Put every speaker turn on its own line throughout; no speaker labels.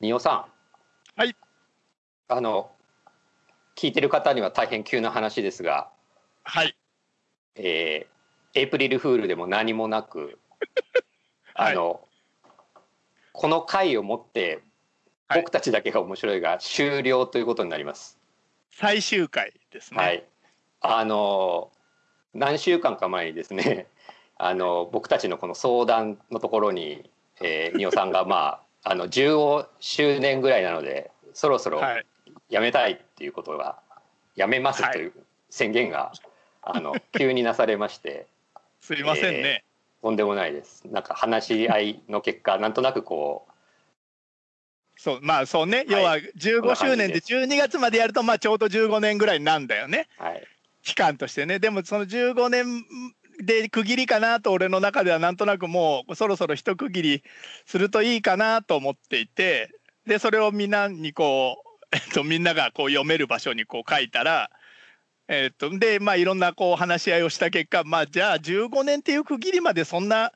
仁尾さん
はい
あの聞いてる方には大変急な話ですが、
はい。
えーエイプリルフールでも何もなく
はい
あのこの回をもって
はい
僕たちだけが面白いが終了ということになります。
最終回ですね。
は。い、あの何週間か前にですね あの僕たちのこの相談のところに、えー、仁尾さんがまああの15周年ぐらいなのでそろそろ
はい。
やめたいっていうことがやめますという宣言が、あ の急になされまして
すいませんね。
とんでもないですなんか話し合いの結果なんとなくこ
そう、まあそうね。要は
こんな
15
感じ
周
で
年で12月までやると、まあちょうど15年ぐらいになんだよね。
う、はい、
期間としてね。でもその15年で区切りかなと俺の中ではなんとなくもうそろそろ一区切りするといいかなと思っていて、で、それをみんなにこう、 えっと、みんながこう読める場所にこう書いたら、えっと、で、まあいろんなこう話し合いをした結果、まあじゃあ15年っていう区切りまでそんな、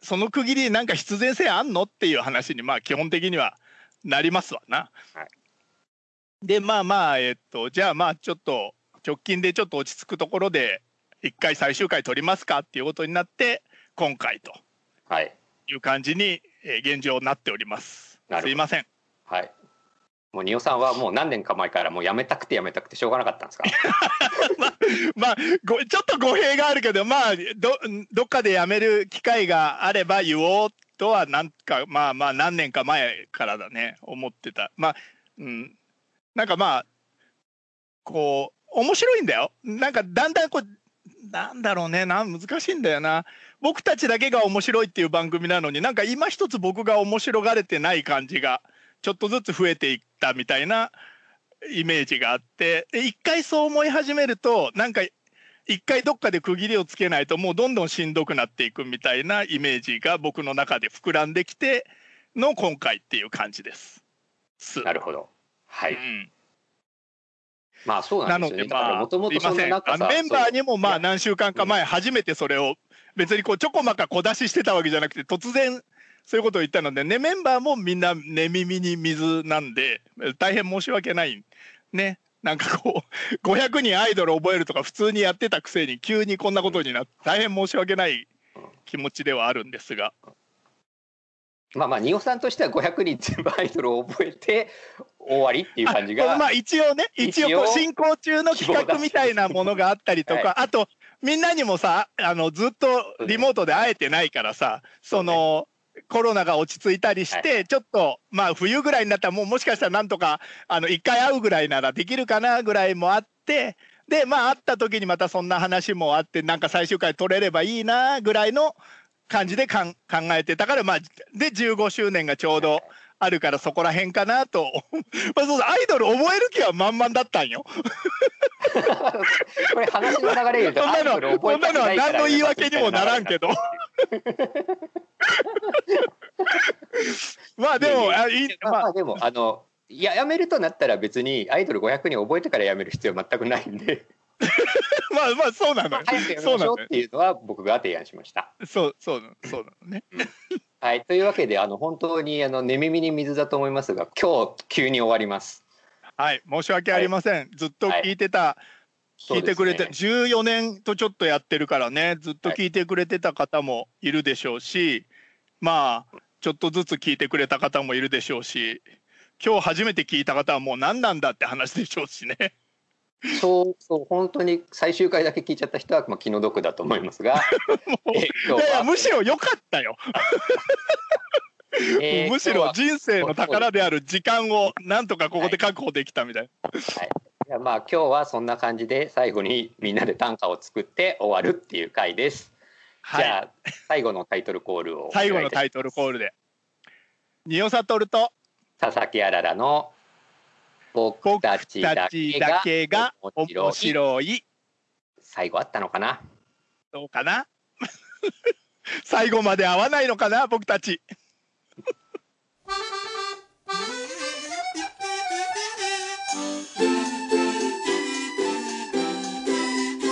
その区切りなんか必然性あんのっていう話にまあ基本的にはなりますわな。
はい
でまあまあえっとじゃあまあちょっと直近でちょっと落ち着くところで一回最終回取りますかっていうことになって今回と
はい
いう感じにえー現状なっております
なる。ほど
すいません。
はいもう仁尾さんはもう何年か前からもうやめたくてやめたくてしょうがなかったんです か
まあごちょっと語弊があるけどまあどどっかでやめる機会があれば言おうとはなんかまあまあ何年か前からだね思ってた。まあうんなんかまあこう面白いんだよ。なんかだんだんこうなんだろうねなん難しいんだよな。僕たちだけが面白いっていう番組なのになんか今一つ僕が面白がれてない感じがちょっとずつ増えていったみたいなイメージがあってで一回そう思い始めるとなんか一回どっかで区切りをつけないともうどんどんしんどくなっていくみたいなイメージが僕の中で膨らんできての今回っていう感じです。す
なるほどは
う
い
ん
まあそうな
なん
で
の
すよね
で、
だから
まあ、
もともとそん
すい
な
ま
中
せんあ
さ
のメンバーにも
い
ま
や
あ何週間か前、初めてそれを、別にこうちょこまか小出ししてたわけじゃなくて、突然、そういうことを言ったので、ね、メンバーもみんな寝耳に水なんで、大変申し訳ない、ね、なんかこう、500人 アイドル覚えるとか、普通にやってたくせに、急にこんなことになって、大変申し訳ない気持ちではあるんですが、
まあまあ仁尾さんとしては500人全部アイドルを覚えて終わりっていう感じが
あまあ一応ね一応こ
一
う
応
進行中の企画みたいなものがあったりとか、
は
あとみんなにもさあのずっとリモートで会えてないからさそのコロナが落ち着いたりして、ちょっとまあ冬ぐらいになったらもうもしかしたらなんとかあの1回会うぐらいならできるかなぐらいもあってでまあ会った時にまたそんな話もあってなんか最終回取れればいいなぐらいの感じでかん考えてたからまあで15周年がちょうどあるからそこら辺かなと まあそうだアイドル覚える気は満々だったんよ
これ話の流れ言うと
そん
アイ
な
ドル
の
覚
そ
え
ん
た
な
く
の
な
はい
から
何の言い訳にもなら んけどまあでもあいい
まあ
ま
ま
あ
あでもあのいややめるとなったら別にアイドル500人覚えてからやめる必要は全くないんで
まあまあそうなのよ
早くやめ
そ
ま
うな
しょ
の
う
よ
っていうのは僕が提案しました。
そうそうなのそうなのね
はい、というわけであの本当にあの寝耳に水だと思いますが今日急に終わります。
はい申し訳ありません、ずっと聞いてた、聞いてくれて、
そうですね
14年とちょっとやってるからねずっと聞いてくれてた方もいるでしょうし、まあちょっとずつ聞いてくれた方もいるでしょうし今日初めて聞いた方はもう何なんだって話でしょうしね
そうそう本当に最終回だけ聞いちゃった人は、まあ、気の毒だと思いますが
もう
え今
い
日
やいや
は
むしろ良かったよ、
えー
むし
今日
ろ
は
人生の宝である時間をなんとかここで確保できたみたいな、
いやまあ今日はそんな感じで最後にみんなで短歌を作って終わるっていう回です。
はい
じゃあ最後のタイトルコールをお願い
最
いたしま
後の
す
タイトルコールで「仁尾悟と
佐々木あららの僕
僕
た
た
ち
ち
だ
だ
け
け
が
が
面白
面
い
白い」
最後あったのかな
どうかな 最後まで会わないのかな僕たち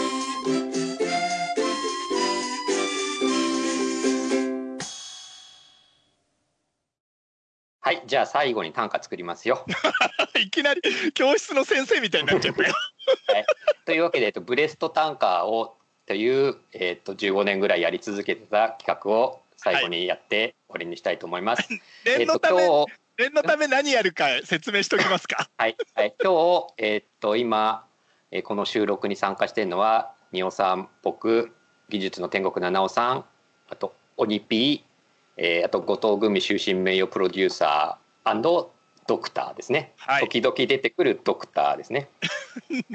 はいはいじゃあ最後に短歌作ります よ。
いきなり教室の先生みたいになっち ゃったよ。
というわけで、えっと、ブレスト短歌をという、えっと、15年ぐらいやり続けてた企画を最後にやって終わりにしたいと思います。え
念
っと
のため、
今日
念のため何やるか説明しときますか。
はい、はい、今日、えっと、今、えーこの収録に参加しているのは、二尾さん、僕、技術の天国七尾さん、あと、オニピー、えーあと、後藤組終身名誉プロデューサードクターですね。
はい
時々出てくるドクターですね。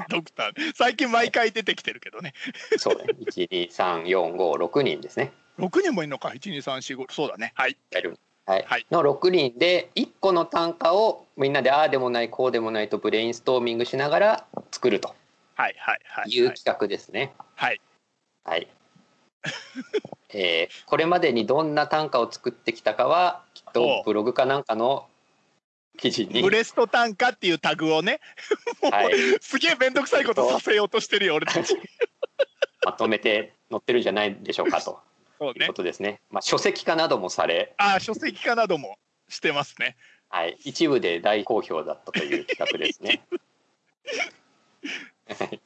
ドクター。最近毎回出てきてるけどね。
そう ね。1、2、3、4、5、6人ですね。
6人もいるのか。1、2、3、4、5。そうだね。はい。
やるはい
はい
の6人で1個の単価をみんなでああでもないこうでもないとブレインストーミングしながら作ると。
はいはいはいいう
企画ですね。
はい。
はい。えーこれまでにどんな短歌を作ってきたかはきっ
お
と
う
ブログかなんかの記事に
ブ、レスト単価っていうタグをね、
はい、
すげえ面倒くさいことさせようとしてるよ、俺たち。
まとめて載ってるんじゃないでしょうかと
そう
いう
ね
こ。とですね。まあ、書籍化などもされ、
ああ、書籍化などもしてますね。
はい、一部で大好評だったという企画です ね。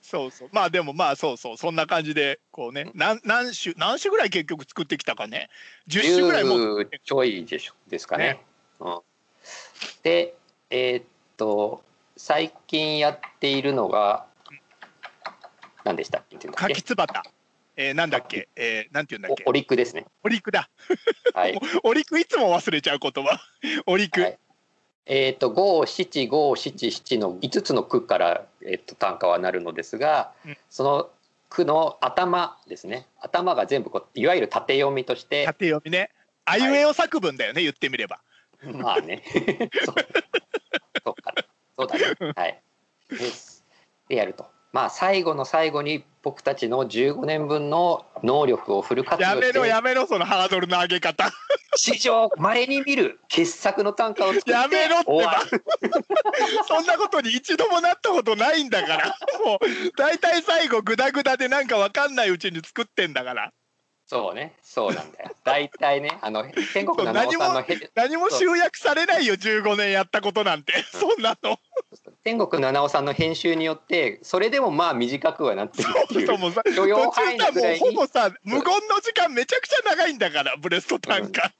そうそう。まあでもまあそうそう。そんな感じで、こうね、何何種、何種ぐらい結局作ってきたかね。10種ぐらいも。
10ちょいでしょですかね。
ね
うん、でえーっと最近やっているのが何でしたっけっていうんだっ
柿
け
つばた。えー、なんだっけ、えー、なんて言うんだっけ
おオリックですね。
オリクだ
はい、
オリクいつも忘れちゃう言葉 オリク、
はいえーっと五七五七七の5つの句から、えーっと単価はなるのですが、
うん
その句の頭ですね頭が全部こういわゆる縦読みとして
縦読みねあいうえお作文だよね、言ってみれば
まあね。 そうそうかなそうだね。はい。です。でやると。まあ最後の最後に僕たちの15年分の能力をフル活
や
用し
めろ
て
やめろそのハードルの上げ方
史上前に見る傑作の短歌を作って
やめろってば
終わる
そんなことに一度もなったことないんだからもう大体最後グダグダでなんかわかんないうちに作ってんだから
そうね。そうなんだよ。 大体ね、あの天国の七尾
何
さん
も
のへ
何も集約されないよ15年やったことなんて
うん
そんなの
天国の七尾さんの編集によってそれでもまあ短くはなってるっていう
そうもうさ
許
途
容
中
範囲
さ
のぐ
も
ら
う
い
ほ
に
ぼさ無言の時間めちゃくちゃ長いんだからブレスト単価、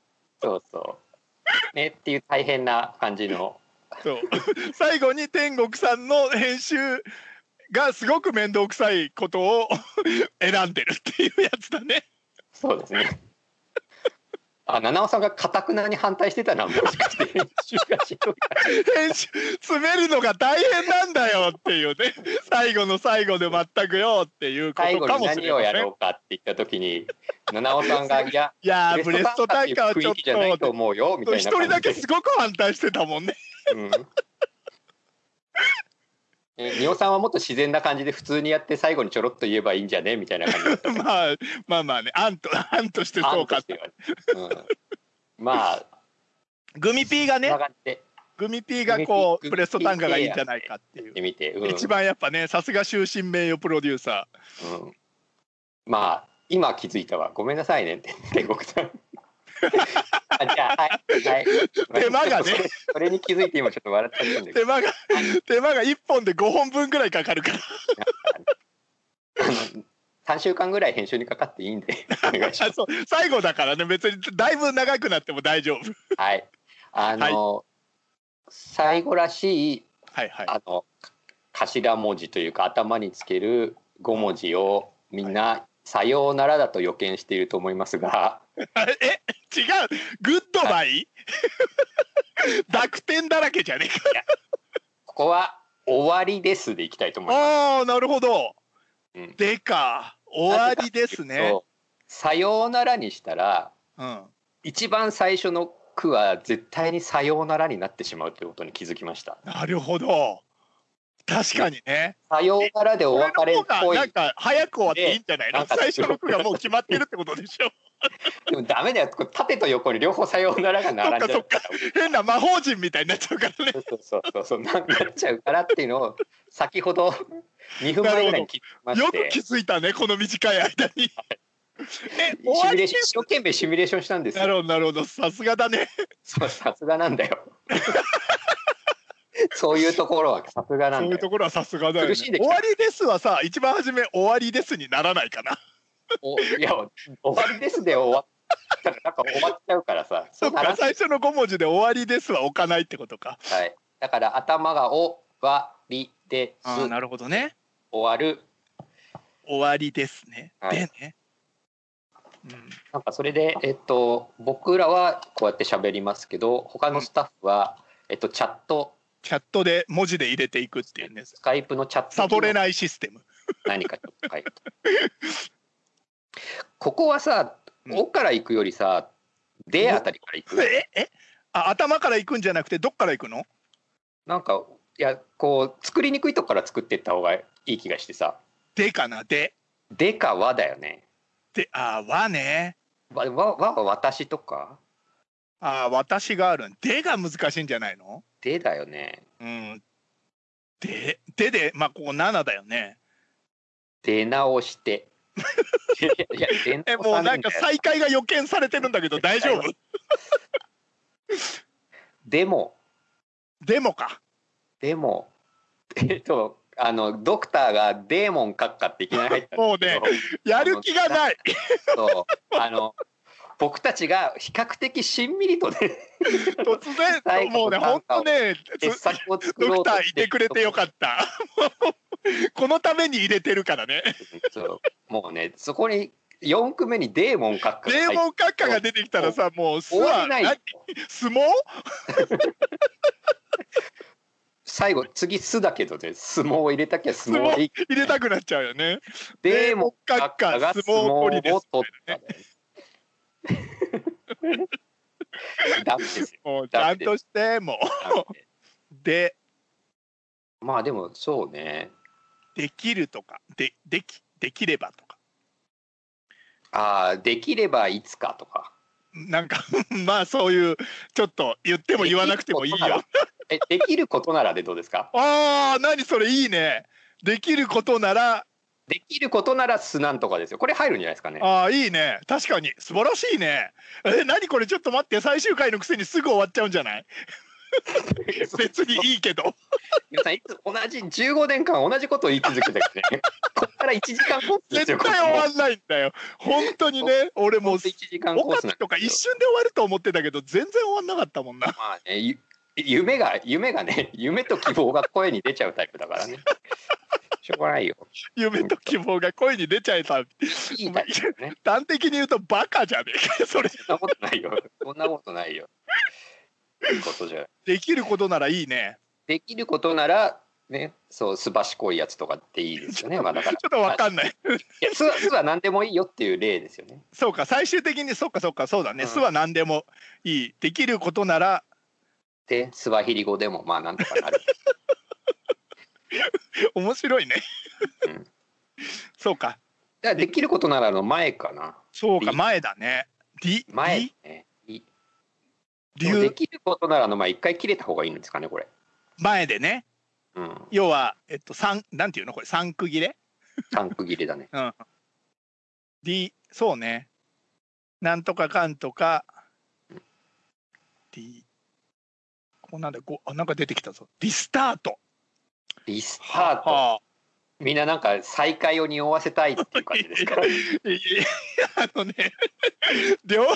そうそう。ねっていう大変な感じの。
そう最後に天国さんの編集がすごく面倒くさいことを 選んでるっていうやつだね。
そうですね。 あ、七尾さんがかたくなに反対してたのはもしかして編集が ひどいから
編集詰めるのが大変なんだよっていうね最後の最後で全くよっていうこ
最後
とか
に
もし
何
れま
を
せ
や
ん
ろ。うかって言った時に七尾さんが「いや
いやーブレスト単価はち
っていう雰
ょっ
囲気じゃないと
と
思うよ」みたいな
一人だけすごく反対してた もんね。
うんえ二尾さんはもっと自然な感じで普通にやって最後にちょろっと言えばいいんじゃねみたいな感じだった
まあまあまあね案と案としてそうかって。
うんまあ
グミピーが
つな
ね
がって
グミピーがこ
グミピー
うブレスト単価がいいんじゃないかってい
っ
う
て。みて、うん
一番やっぱねさすが終身名誉プロデューサー。
うん、まあ今気づいたわごめんなさいねって天国さんあじゃあはいはい
手間がね
それそれに気づいて今ちょっと笑っちゃったんだけど
手間が手間が1本で5本分ぐらいかかるから
3週間ぐらい編集にかかっていいんでお願いしま
あそう最後だからね別にだいぶ長くなっても大丈夫
すはいあの、最後らしい
はいはい
あの頭文字というか頭につける5文字をみんな、さようならだと予見していると思いますが
あ え違うグッドバ イ濁点だらけじゃねえか
ここは「終わりです」でいきたいと思います
ああなるほど、
うん
でか終わりですね
そうさようならにしたら
うん
一番最初の句は絶対にさようならになってしまうということに気づきました
なるほど確かにね
さようならでお
こ
別れ
れ
っ
の方
ぽ
が
い
なんか早く終わっていいんじゃない
な
の
んか
最初の句がもう決まってるってことでし ょ
でもダメだよこれ縦と横に両方さようならが並んじゃ
そ
う
っ
から
変な魔法陣みたいになっちゃうからね
そうそうそうそうなんかなっちゃうからっていうのを先ほど2分前ぐらいに聞きま
よ
し
く
て
気づいたねこの短い間に え、終
シミ
わ
ュレ
り
ーション一生懸命シミュレーションしたんです
な
よ。
るほど、なるほど。さすがだね。
そうさすがなんだよ。 そういうところはさすがな
そ
ん
うい
だ
うと
よ。
ころはさすがだよ、ね。
苦しん
終
できた
わりですはさ、一番初め終わりですにならないかな。
おいや終わりですで終わったらなんか終わっちゃうからさ。
そっ
うな
から最初の5文字で終わりですは置かないってことか。
はい。だから頭が終わりです
ああ、なるほどね。
終わる。
終わりですね。
はい
でね。うん。
なんかそれで、えっと、僕らはこうやって喋りますけど他のスタッフは、えっと、チャット
チャットで文字で入れていくっていうね。
スカイプのチャット
サボれ
い
ないシステム。
何かに書いてここはさ「
うん
お」から行くよりさ「で」あたりから行く
ええあ頭から行くんじゃなくてどっから行くの
なんかいやこう作りにくいとこから作っていった方がいい気がしてさ
でかなで。
「で」か「わ」だよね。
で、あー、わね。
わわわは私とか
あー、私があるん。でが難しいんじゃないの
「で」だよね。
うん。で、でで、まあ、ここ7だよね。
出直 して。いやいや
え、
出
もう
直さ
な
ない
ん
ん
か
だよ
再開が予見されてるんだけど大丈夫
でも
でもか。
でも、えっと、あの、ドクターがデーモン閣下っていきなり入ったん
もう
で
ね、やる気がない。
すけど、そうあの、僕たちが比較的しんみりとね、
突
最
然、
後
もうね、
の短
本
歌を
当ね、
傑作を作ろ
ド
う
ク
と
ター
し
いてくれてよかった。 このために入れてるからね。
そうもうね、そこに4句目にデーモン閣下が
デー
ン
モン閣下が出てきたらさ、もうす
終わりないよ
な。相撲
最後、次、すだけどね、相撲を入れたきゃ相撲でいい。
入れたくなっちゃうよね。
デーモン閣下が相撲を取っただよね。ダメですよ。
もうちゃんとして、も
ダメ
う。で、
まあでも、そうね。
できるとか、で、でき、できればとか。
ああ、できればいつかとか。
なんか、 まあそういう、ちょっと言っても言わなくてもいいよ。。
え、できることならでどうですか。
ああ、何それいいね。できることなら、
できることならすなんとかですよ。これ入るんじゃないですかね。
ああ、いいね。確かに、素晴らしいね。え、何これちょっと待って、最終回のくせにすぐ終わっちゃうんじゃない別にいいけど。
皆さんいつ同じ15年間同じことを言い続けてるね。 こっから1時間コースです
絶
よ。
対終わんないんだよ。本当にね、俺もう、
1時間コー
岡
スな
部
ん
とか
で
一
す
瞬で終わると思ってたけど、全然終わんなかったもんな
よ。。まあね、ゆ夢が夢がね、夢と希望が声に出ちゃうタイプだからね。 しょうがないよ。
夢と希望が声に出ちゃえた。
いいタイ プだよね。
端的に言うとバカじゃねえかよそれ。
そんなことないよ。そんなことないよ。いいことじゃない。
できることならいいね。
できることなら、ね、そう、すばしこいやつとかっていいですよね。まあ、だから。
ちょっとわかんない。
いや、すは、すは何でもいいよっていう例ですよね。
そうか、最終的に、そうか、そうか、そうだね。
うん
すは何でもいい。できることなら、
で、スワヒリ語でも、まあ、なんとかなる。
面白いね。
うん
そうか、
だからできることならの前かな。
そうか、
り
前だね。り、
前
り、
ね。いでもで
流、
きることならの前、一回切れた方がいいんですかね、これ。
前でね。
うん。
要は、えっと、三、なんていうの、これ、三区切れ。
タンク切れ だね。
うん。り、そうね。なんとかかんとか。り。こうなんだ、こう、あ、なんか出てきたぞ。リスタート。
リスタート。
はあ
みんななんか再開を匂わせたいっていう感じです から。
いやいやあのね、 料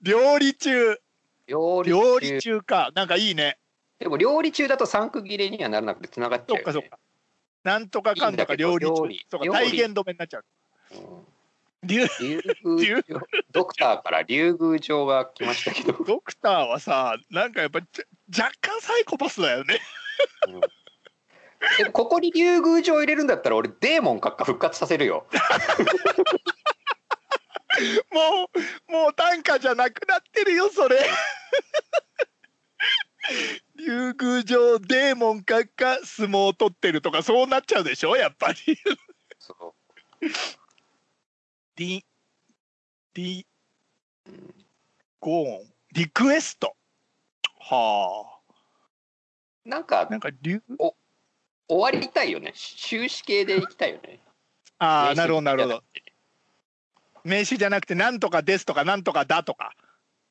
料理中、
料理中
料理中か、なんかいいね。
でも料理中だと三区切れにはならなくて繋がっち
そ
ゃう
っ
よ、ね。
かそっか。なんとかかんとか
いいんだけど
料理
料
中
理。
そうか、
料理
体言止めになっちゃう。
うん
竜
竜宮城ドクターから竜宮城が来ましたけど、
ドクターはさ、なんかやっぱちゃ若干サイコパスだよね。
うんでもここに竜宮城入れるんだったら俺デーモン閣下復活させるよ
もう、もう短歌じゃなくなってるよ、それ。 竜宮城デーモン閣下相撲を取ってるとかそうなっちゃうでしょやっぱり。
そ
リ、リ、
う、うん
ゴーンリクエストは
なんか
あなんか竜
終わりたいよね終止形でいきたいよね
ああ
名刺
なるほどなるほ
い
ど名詞じゃなくて「なんとかです」とか「なんとかだ」とか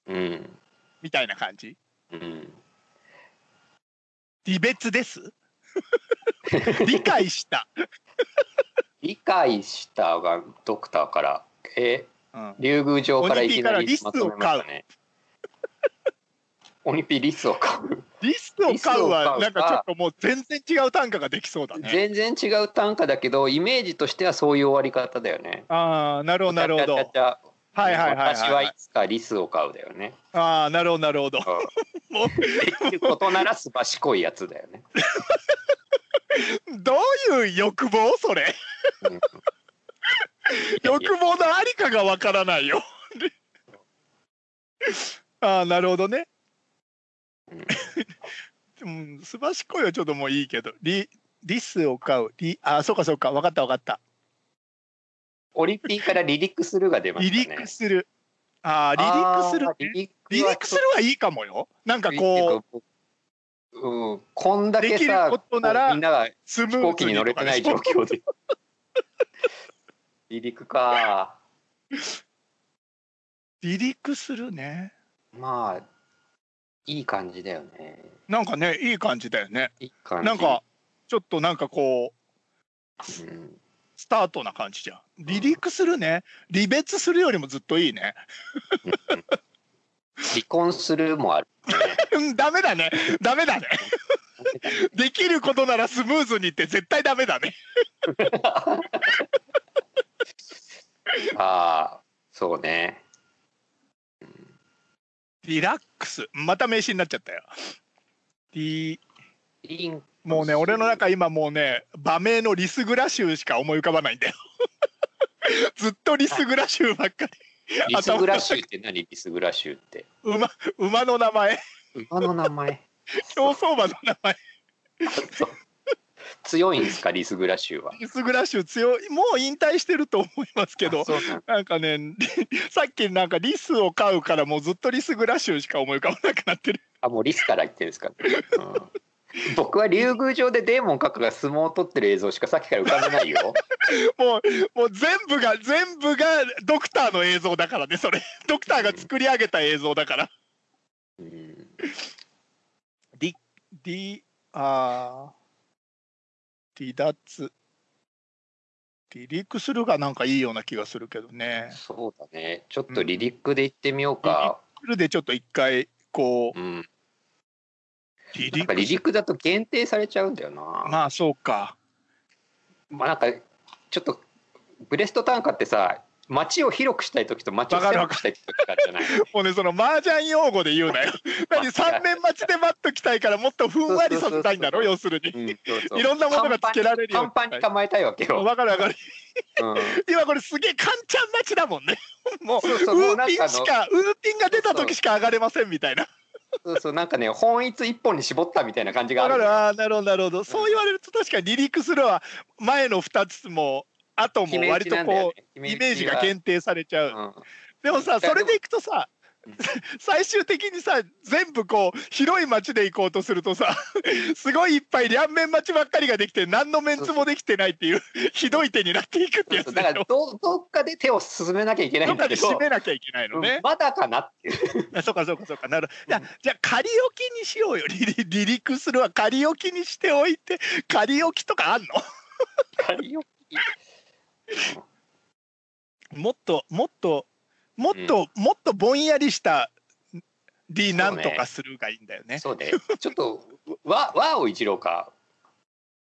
うん
みたいな感じ
うん
離別です理解した、
理解したがドクターからえ
うん、
竜宮城からいきな
オニピ
り
か
ま
ら
とめましたねオニピリスを買う
リスを買うは
リスを買うか
なんかちょっともう全然違う単価ができそうだね
全然違う単価だけどイメージとしてはそういう終わり方だよね
ああなるほどなるほど
チャチャチャチ
はいはいはい
ャ私
は、
はいいつかリスを買うだよね
ああなるほどなるほどもう
ってことならすばしこいやつだよね、
どういう欲望それ
うん
欲望のありかがわからないよ ああなるほどね うんすばしこいはちょっともういいけどリリスを買うリあそうかそうかわかったわかった
オリピーから離陸するが出ま
離
したね
陸するああ離陸する
あー離陸
離
は
陸するはいいかもよなんかこう
ううん、こんだけ
できる
さ
ことなら
こうみんなが
スム
飛行機に乗れ
と
て
か
な
で
い
し
状
ょ
況 で離陸か
離陸するね
まあいい感じだよね
なんかねいい感じだよね
いい感じ
なんか、ちょっとなんかこう
うん、
スタートな感じじゃん離陸するね離別するよりもずっといいね
離婚するもある、
うんダメだねダメだね
ね、
できることならスムーズにって絶対ダメだね
ああそうね
リラックスまた名詞になっちゃったよリ
リン
もうね俺の中今もうね場名のリスグラ州しか思い浮かばないんだよ ずっとリスグラ州ばっかり
リスグラ州って何リスグラ州って
馬馬の名前
馬の名 前
競走馬の名前
そう強いんですかリスグラ州は
リスグラ州強いもう引退してると思いますけ
あ
ど
そうなんだ
なんかね リさっきなんかリスを飼うからもうずっとリスグラ州しか思い浮かばなくなってる
あもうリスから言ってるんですか、うん 僕は竜宮城でデーモン閣下が相撲を取ってる映像しかさっきから浮かべないよ
もうもう全部が全部がドクターの映像だからねそれ ドクターが作り上げた映像だから
うん
リあー離脱離陸するがなんかいいような気がするけどね
そうだねちょっと離陸で行ってみようか、
それでちょっと一回こう
うん
離
なんか
陸
離陸だと限定されちゃうんだよな、まあ、
まあそうか
なんかちょっとブレスト単価ってさ街を広くしたい時と街を狭くしたい時があるじゃない
もうねその麻雀用語で言うなよ何3年待ちで待っときたいからもっとふんわりさせたいんだろ要するに
うんそうそう
いろんなものがつけられるよう
パ
に
ンパンに構えたいわけよ、
わかるわかる
うん
今これすげえカンちゃん待ちだもんね もう
そうそうも
ウ
うなん
ーピン
かあの
しかウーピンが出た時しか上がれませんみたいな
そうそうなんかね本一一本に絞ったみたいな感じがあ
わ
る
かるあーなるほどなるほど、そう言われると確かに離陸するは前の2つも後も割とこうイメージが
限
限定されちゃう、
うん
でもさそれでいくとさ
うん
最終的にさ全部こう広い町で行こうとするとさ すごいいっぱい両面町ばっかりができて何のメンツもできてないっていうひどい手になっていくって
そうそ
や
う
つ
だ
だ
か
よ
らどどっかで手を進めなきゃいけない
ど
ん
っ
だ
か
け
で
ど
締、めなきゃいけないの
うん
ね、
まだかなっていう
あ そうかそうかそうかなるいやじゃあ仮置きにしようよ離離陸するは仮置きにしておいて仮置きとかあんの
仮置き
もっともっともっと、もっとぼんやりしたリなんとかするがいいんだよね。
そうねちょっと和和を一郎か、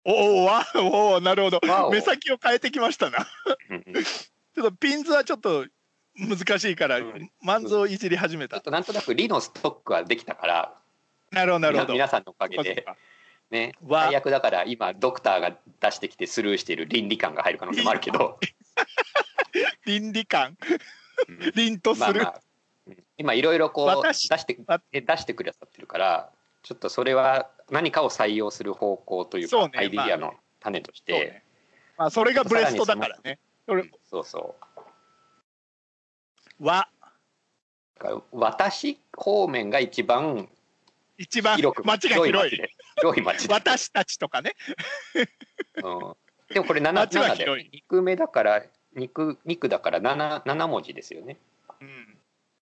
おおわおおなるほど
わお
目先を変えてきましたな。
うんうんち
ちょっとピンズはちょっと難しいから、
うん
マンズをいじり始め
ょ
た
っ。となんとなくリのストックはできたから
なるほどなるほど。
みな皆さんのおかげ
そう
で
か
ね
和
最悪だから今ドクターが出してきてスルーしている倫理観が入る可能性もあるけど、
そうか倫理観
うん
倫とす
まあ
る。
まあうん今いろいろこう出
私
して
わ
出してくださってるからちょっとそれは何かを採用する方向というか
そうね
アイディアの種とし
そう
て
ねまあそれがブレストだからね。それ
そうそ
は
うだから私方面が一番
一番
広く
街が広
広
い
い街で広い街 で、
私たちとかね。
うんでもこれ7
街は
七だ
広い
よ2区目だから肉肉だから 7, 7文字ですよね。
う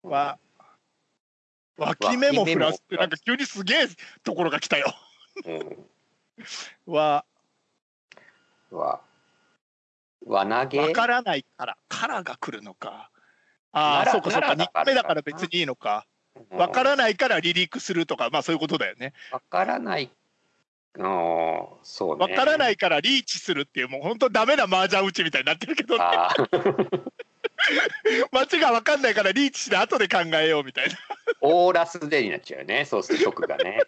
ん、わ脇目もフラス
脇目もフラス
なんか急にすげえところが来たよ。
うん、
わ
わわなげ
わからないからからが来るのか。
な
ああ
ら
そうかそう
な
か
らだ
2
から
個目だから別にいいのか。
うん
わからないから離陸するとかまあそういうことだよね。
わからないのそうね。。
わからないいからリーチするっていうもう本当ダメな麻雀打ちみたいになってるけど、ね、
あー
街がわかんないからリーチして後で考えようみたいな。
オーラスでになっちゃうよね。そうすると曲がね。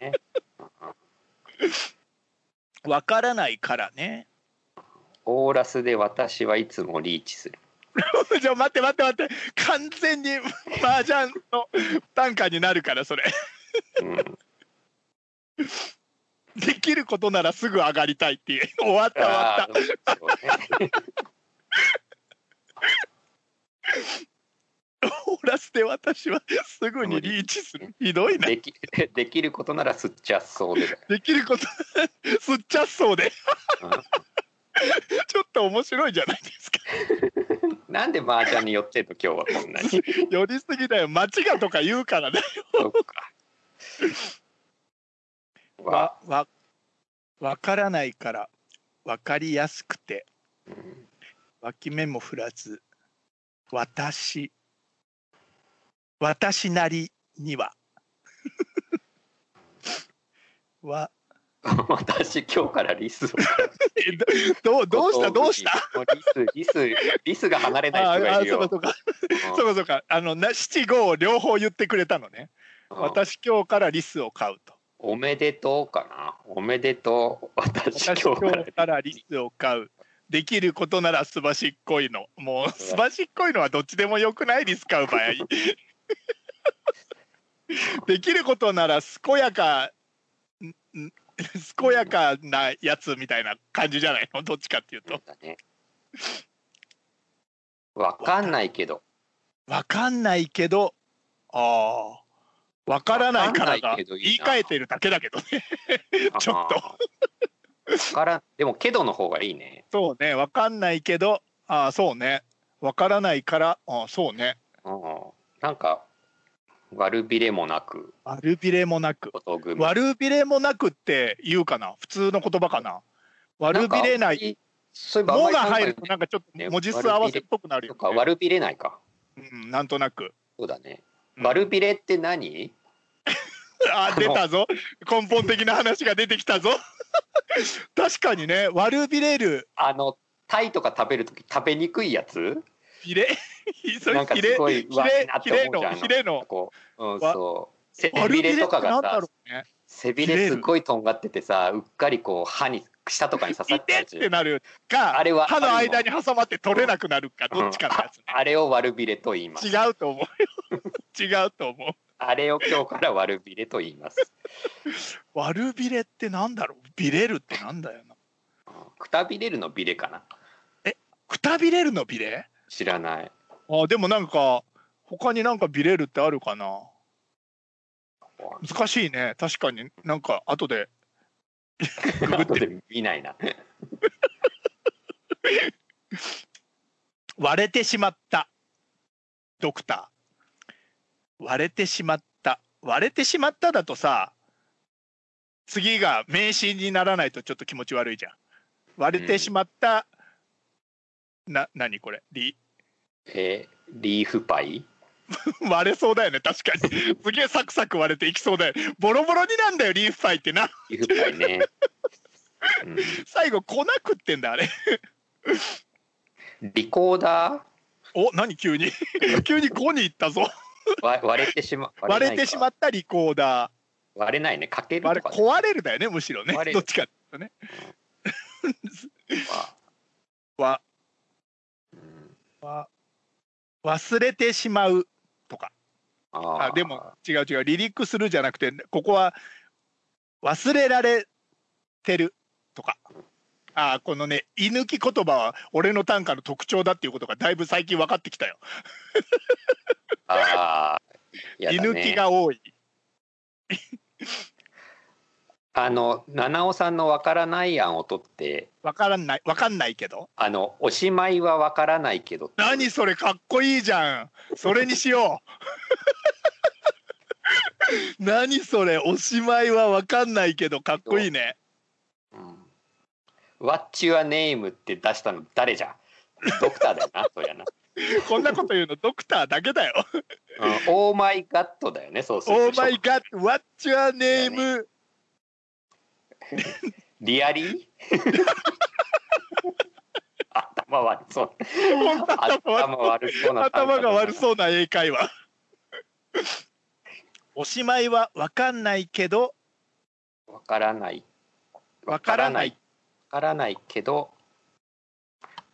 わからないからね。
オーラスで私はいつもリーチする。
じゃあ待って待って待って完全に麻雀の短歌になるからそれ
うん、
できることならすぐ上がりたいっていう 終わった終わった
あーそうね
オーラスで私はすぐにリーチするひどいな
でき できることならすっちゃそうで。
できること すっちゃっそうで
うん
ちょっと面白いじゃないですか
なんで麻雀に寄ってんの今日はこん なに。
寄りすぎだよ街がとか言うからね
そうか。わ、
わわわからないからわかりやすくて脇目も振らず私私なりには わ
私今日からリスを。
えどどう どうしたどうした
もうリス、リス、リスが離れな
あ
い人がい
あ
る
そうか
よ。
そうかそうかそうかあのな七五を両方言ってくれたのね、
うん
私今日からリスを買うと
おめでとうかな。おめでとう。私
私
今日か
今
ら
日からリスを買うできることならすばしっこいのもうすばしっこいのはどっちでもよくないリス買う 場合できることなら健やかんん健やかなやつみたいな感じじゃないのどっちかっていうと
だね。わかんないけど。
わかんないけどああわからないから
わかんな
が
いけどいい
言い
な
換えてるだけだけどねちょっと
あー。わからん、でもけどの方がいいね。
そうね、わかんないけど、ああ、そうね、わからないから、ああ、そうね、
うん。なんか。悪びれもなく。
悪びれもなく。
ことぐみ。
悪びれもなくって言うかな、普通の言葉かな。悪びれない、。
そういえばあん
も
まり
が
考えない。
入ると、なんかちょっと文字数合わせっぽくなる
と
よ、
か
ね。
悪びれないか。
うん、なんとなく。
そうだね。
うん
悪びれって何？
あ、出たぞ。根本的な話が出てきたぞ。 確かにね、悪びれる、
あのタイとか食べるとき食べにくいやつ？
ひれ、 そ
な
れ
んか
ひ
す
れ、
ごい
ひ
わいい
れ
なっ、
ひ
て
れ
思うじゃ
の、
ん。
ひれの。
こう、うん、
わ
そう。背びれとかが
悪びれってなんだ
さ
ろ、うね。
背びれすっごいとんがっててさ、うっかりこう歯に下とかに刺さ
い
っちゃ
て
う
っ
じ
てなるか
あれは
歯の間に挟まって取れなくなるか
うん
どっちかのやつ
あれを悪びれと言います。
ね違うと思うよ 違うと思う
あれを今日から悪びれと言います。
悪びれってなんだろうびれるってなんだよな
くたびれるのびれかな。
くたびれるのびれ
知らない。
あでもなんか他になんかびれるってあるかな難しいね確かになんか後でググっ
後
て
で見ないな。
割れてしまったドクター割れてしまった割れてしまっただとさ次が名詞にならないとちょっと気持ち悪いじゃん割れてしまった、な何これリ
えーリーフパイ？
割れそうだよね確か にすげえサクサク割れていきそうだよねボロボロになんだよリーフパイってな
リーフパイね。うん
最後粉食ってんだあれ
リコーダ
お何急 に急に5に行ったぞ
ーわ割れてしま
割れてしま
っ
ったリコーダー
割れないねかける
あれ
とかね
壊れるだよねむしろね
壊れる
どっちかっていうとね
は
わ
うん
わ忘れてしまうとか
あ
あでも違う違う離陸するじゃなくてここは忘れられてるとかあこのね居抜き言葉は俺の短歌の特徴だっていうことがだいぶ最近分かってきたよ
あーや
居
だ
抜き
ね
が多い
あの七尾さんの「わからない案」を取って
わからんない、わかんないけど。
「あのおしまいはわからないけど」
何それかっこいいじゃん。それにしよ う。何それおしまいはわかんないけどかっこいいね。
うん「What's your name」って出したの誰じゃドクターだよなそりゃな
こんなこと言うのドクターだけだよ。
「オーマイガット」だよねそうす
オ
る
ーマイガッ What's your name?
リアリー 頭悪そう
本当頭悪
頭悪
い
そうな
頭が悪
う
そうな英会話。おしまいはわかんないけど
わからない
わからない
わからないけど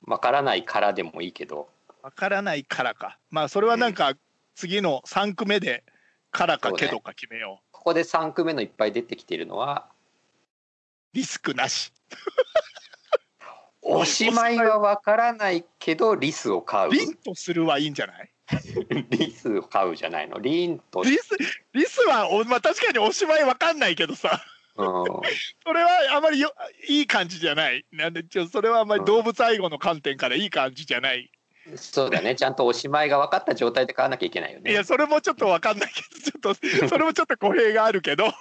わからないからでもいいけど
わからないからか。まあそれはなんか次の三句目でからかけどか決めよ
ここで3句目のいっぱい出てきているのは
う。リスクなし。
「 おしまいはわからないけどリスを買う」
凛とするはいいんじゃない？
リスを買うじゃないのリンと、
リスリスはおまあ確かにおしまいわかんないけどさ、
うん、
それはあまりよいい感じじゃない。なんでちょそれはあまり動物愛護の観点からいい感じじゃない。
そうだねちゃんとおしまいが分かった状態で買わなきゃいけないよ
いや
ね。
それもちょっとわかんないけど、ちょっとそ れもちょっと語弊があるけど、
うん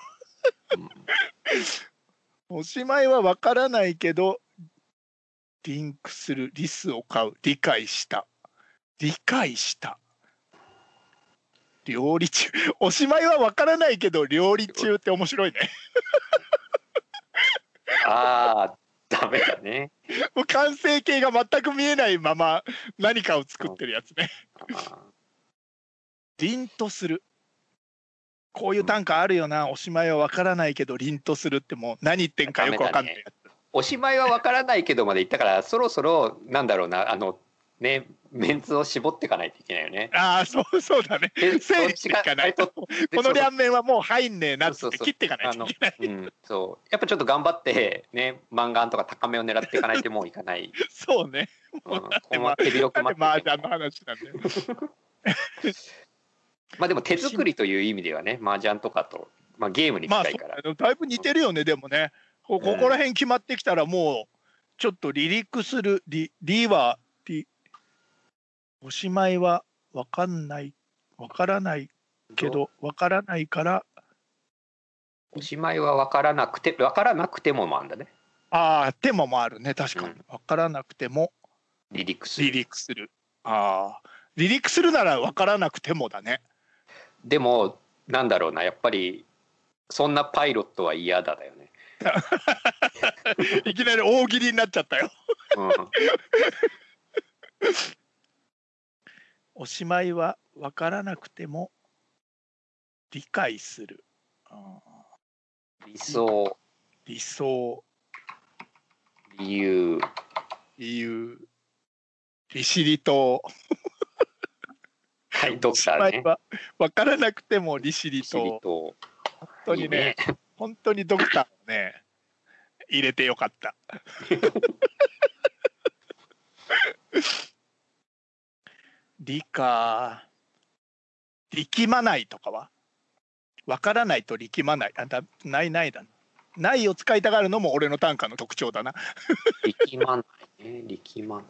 おしまいはわからないけど、リンクするリスを飼う理解した理解した。料理中おしまいはわからないけど料理中って面白いね。
ああダメだね。
もう完成形が全く見えないまま何かを作ってるやつね。
あー
凛とする。こういう短歌あるよな。おしまいはわからないけど凛とするってもう何言ってんかよくわかんないやつ。
おしまいは分からないけどまで言ったからそろそろなんだろうなあのねメンツを絞っていかないといけないよね。
ああそうそうだね。
で
整理していかないと。この両面はもう入んねえなっつって切っていかない
あ
と
の
いけない。、
うん、そうやっぱちょっと頑張ってね漫画とか高めを狙っていかないともういかない、
そうね。
うん、こ
て
こは手広く
なん
待
で
って
麻
て
雀の話なんだよ。
まあでも手作りという意味ではね麻雀とかと、まあ、ゲームに
まあ
近
そう
いから、
だねだいぶ似てるよねでもね。こここら辺決まってきたらもうちょっと離陸するリリはリおしまいはわかんないわからないけどわからないから
おしまいは分からなくて分からなくてももあるんだね
ああテーマもあるね確かに
う
わからなくても
離陸す
離
る
陸するああ離陸するならわからなくても だね
でもなんだろうなやっぱりそんなパイロットは嫌だだよね、
いきなり大喜利になっちゃったよ
うん、
おしまいは分からなくても理解するあー
理想
理想
理由
理由利尻島
はいド
お
ク
し
タ
ま
ー
い
ね
は分からなくても利尻
知り
島
と
本当
い
に
い
ね
ね
本当にドクターをね入れてよかった理か力まないとかはわからないと力まないあだないないだないを使いたがるのも俺の短歌の特徴だな
力まないね 力まな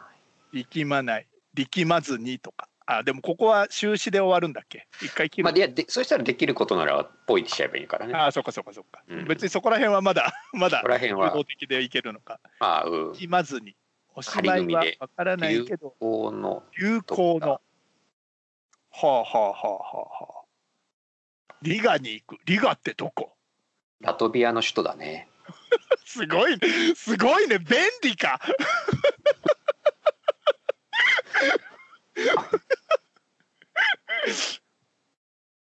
い
力まない力まずにとかあでもここは終止で終わるんだっけ一回切
ま
る
あ、いやでそしたらできることならポイってしちゃえばいいからね
ああそうかそうかそうか、
うん
別にそこら辺はまだまだ
ここら辺
能
は
動的でいけるのか
まあうん
決まずにおしまいはわからないけど
この
有効のはあはあはあはあはあリガに行くリガってどこ
ラトビアの首都だね
すごいねすごいね便利か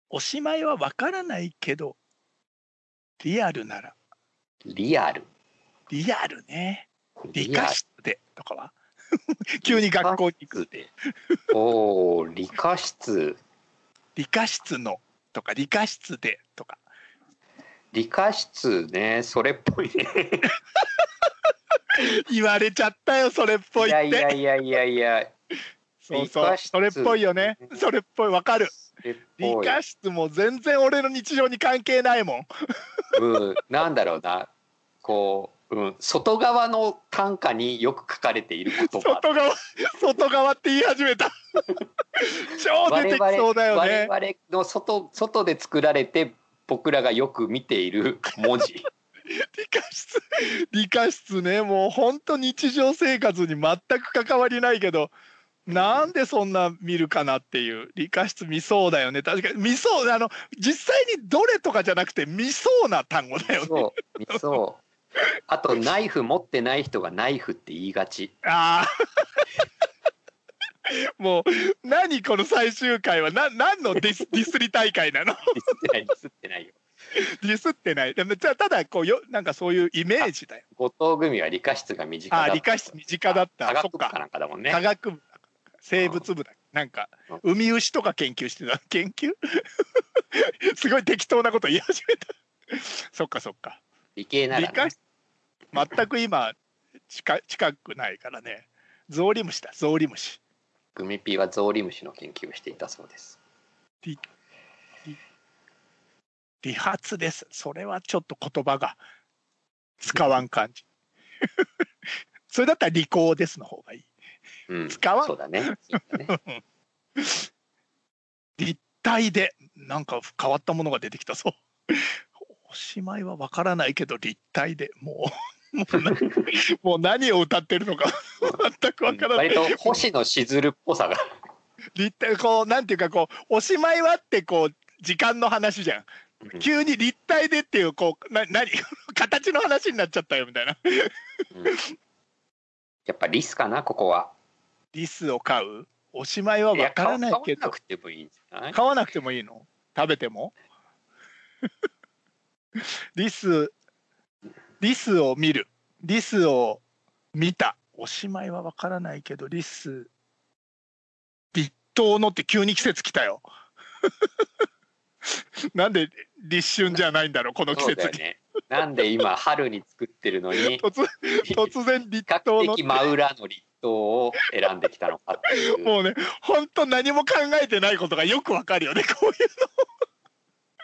おしまいはわからないけどリアルなら
リアル
リアルね理
リア
科
ル
室でとかは 急に学校に行く
でおお理科室
理科室のとか理科室でとか
理科室ねそれっぽいね
言われちゃったよそれっ ぽい
い
っ
や
て
いやいやいやいや
そうそ
理
う
科室
それっぽいよねそれっぽいわかる
れっ
理
ぽい
科室も全然俺の日常に関係ないもん。
うん、なんだろうなこう、うん、外側の短歌によく書かれている言葉
外側、 外側って言い始めた。 超出てきそうだよね。
我々の外外で作られて僕らがよく見ている文字
理科室、理科室ね、もう本当日常生活に全く関わりないけど、なんでそんな見るかなっていう理科室見そうだよね。確かに見そうあの実際にどれとかじゃなくて見そうな単語だよね。
そう見そうあとナイフ持ってない人がナイフって言いがち
ああ。もう何この最終回はな何のディスディスり大会なの
ディスってないディスってないよ
ディスってないでもじゃあただこうよなんかそういうイメージだよ
後藤組は理科室が身近だ
あー理科室身近だった
科
そ
学
っ
部
か
かなんかだもんね
科学部生物部だなんか
う
ウミウシとか研究してた 研究すごい適当なこと言い始めた そっかそっか
理系なら、
理
ね、
科室全く今近近くないからねゾウリムシだゾウリムシ
グミピーはゾウリムシの研究をしていたそうです
理髪ですそれはちょっと言葉が使わん感じ それだったら理工ですの方がいい
うん
使わん
そうだねそうだね
立体でなんか変わったものが出てきたそうおしまいはわからないけど立体でもう もうなもう何を歌ってるのか 全く わからない
割と星野しずるっぽさが
立体こうなんていうかこうおしまいはってこう時間の話じゃん
うん
急に立体でっていうこうな何 形の話になっちゃったよみたいな
やっぱリスかなここは
リスを飼うおしまいはわからないけ
や買
ど
わなくてもいいんじゃない
買わなくてもいいの食べても リスリスを見るリスを見たおしまいはわからないけどリス立冬のって急に季節来たよ なんで立春じゃないんだろうこの季
そう
節
だ
に、
よねなんで今春に作ってるの に
突然
比
突然立冬の
較的真裏の立冬を選んできたのかっていう
もうね本当何も考えてないことがよくわかるよね こういうの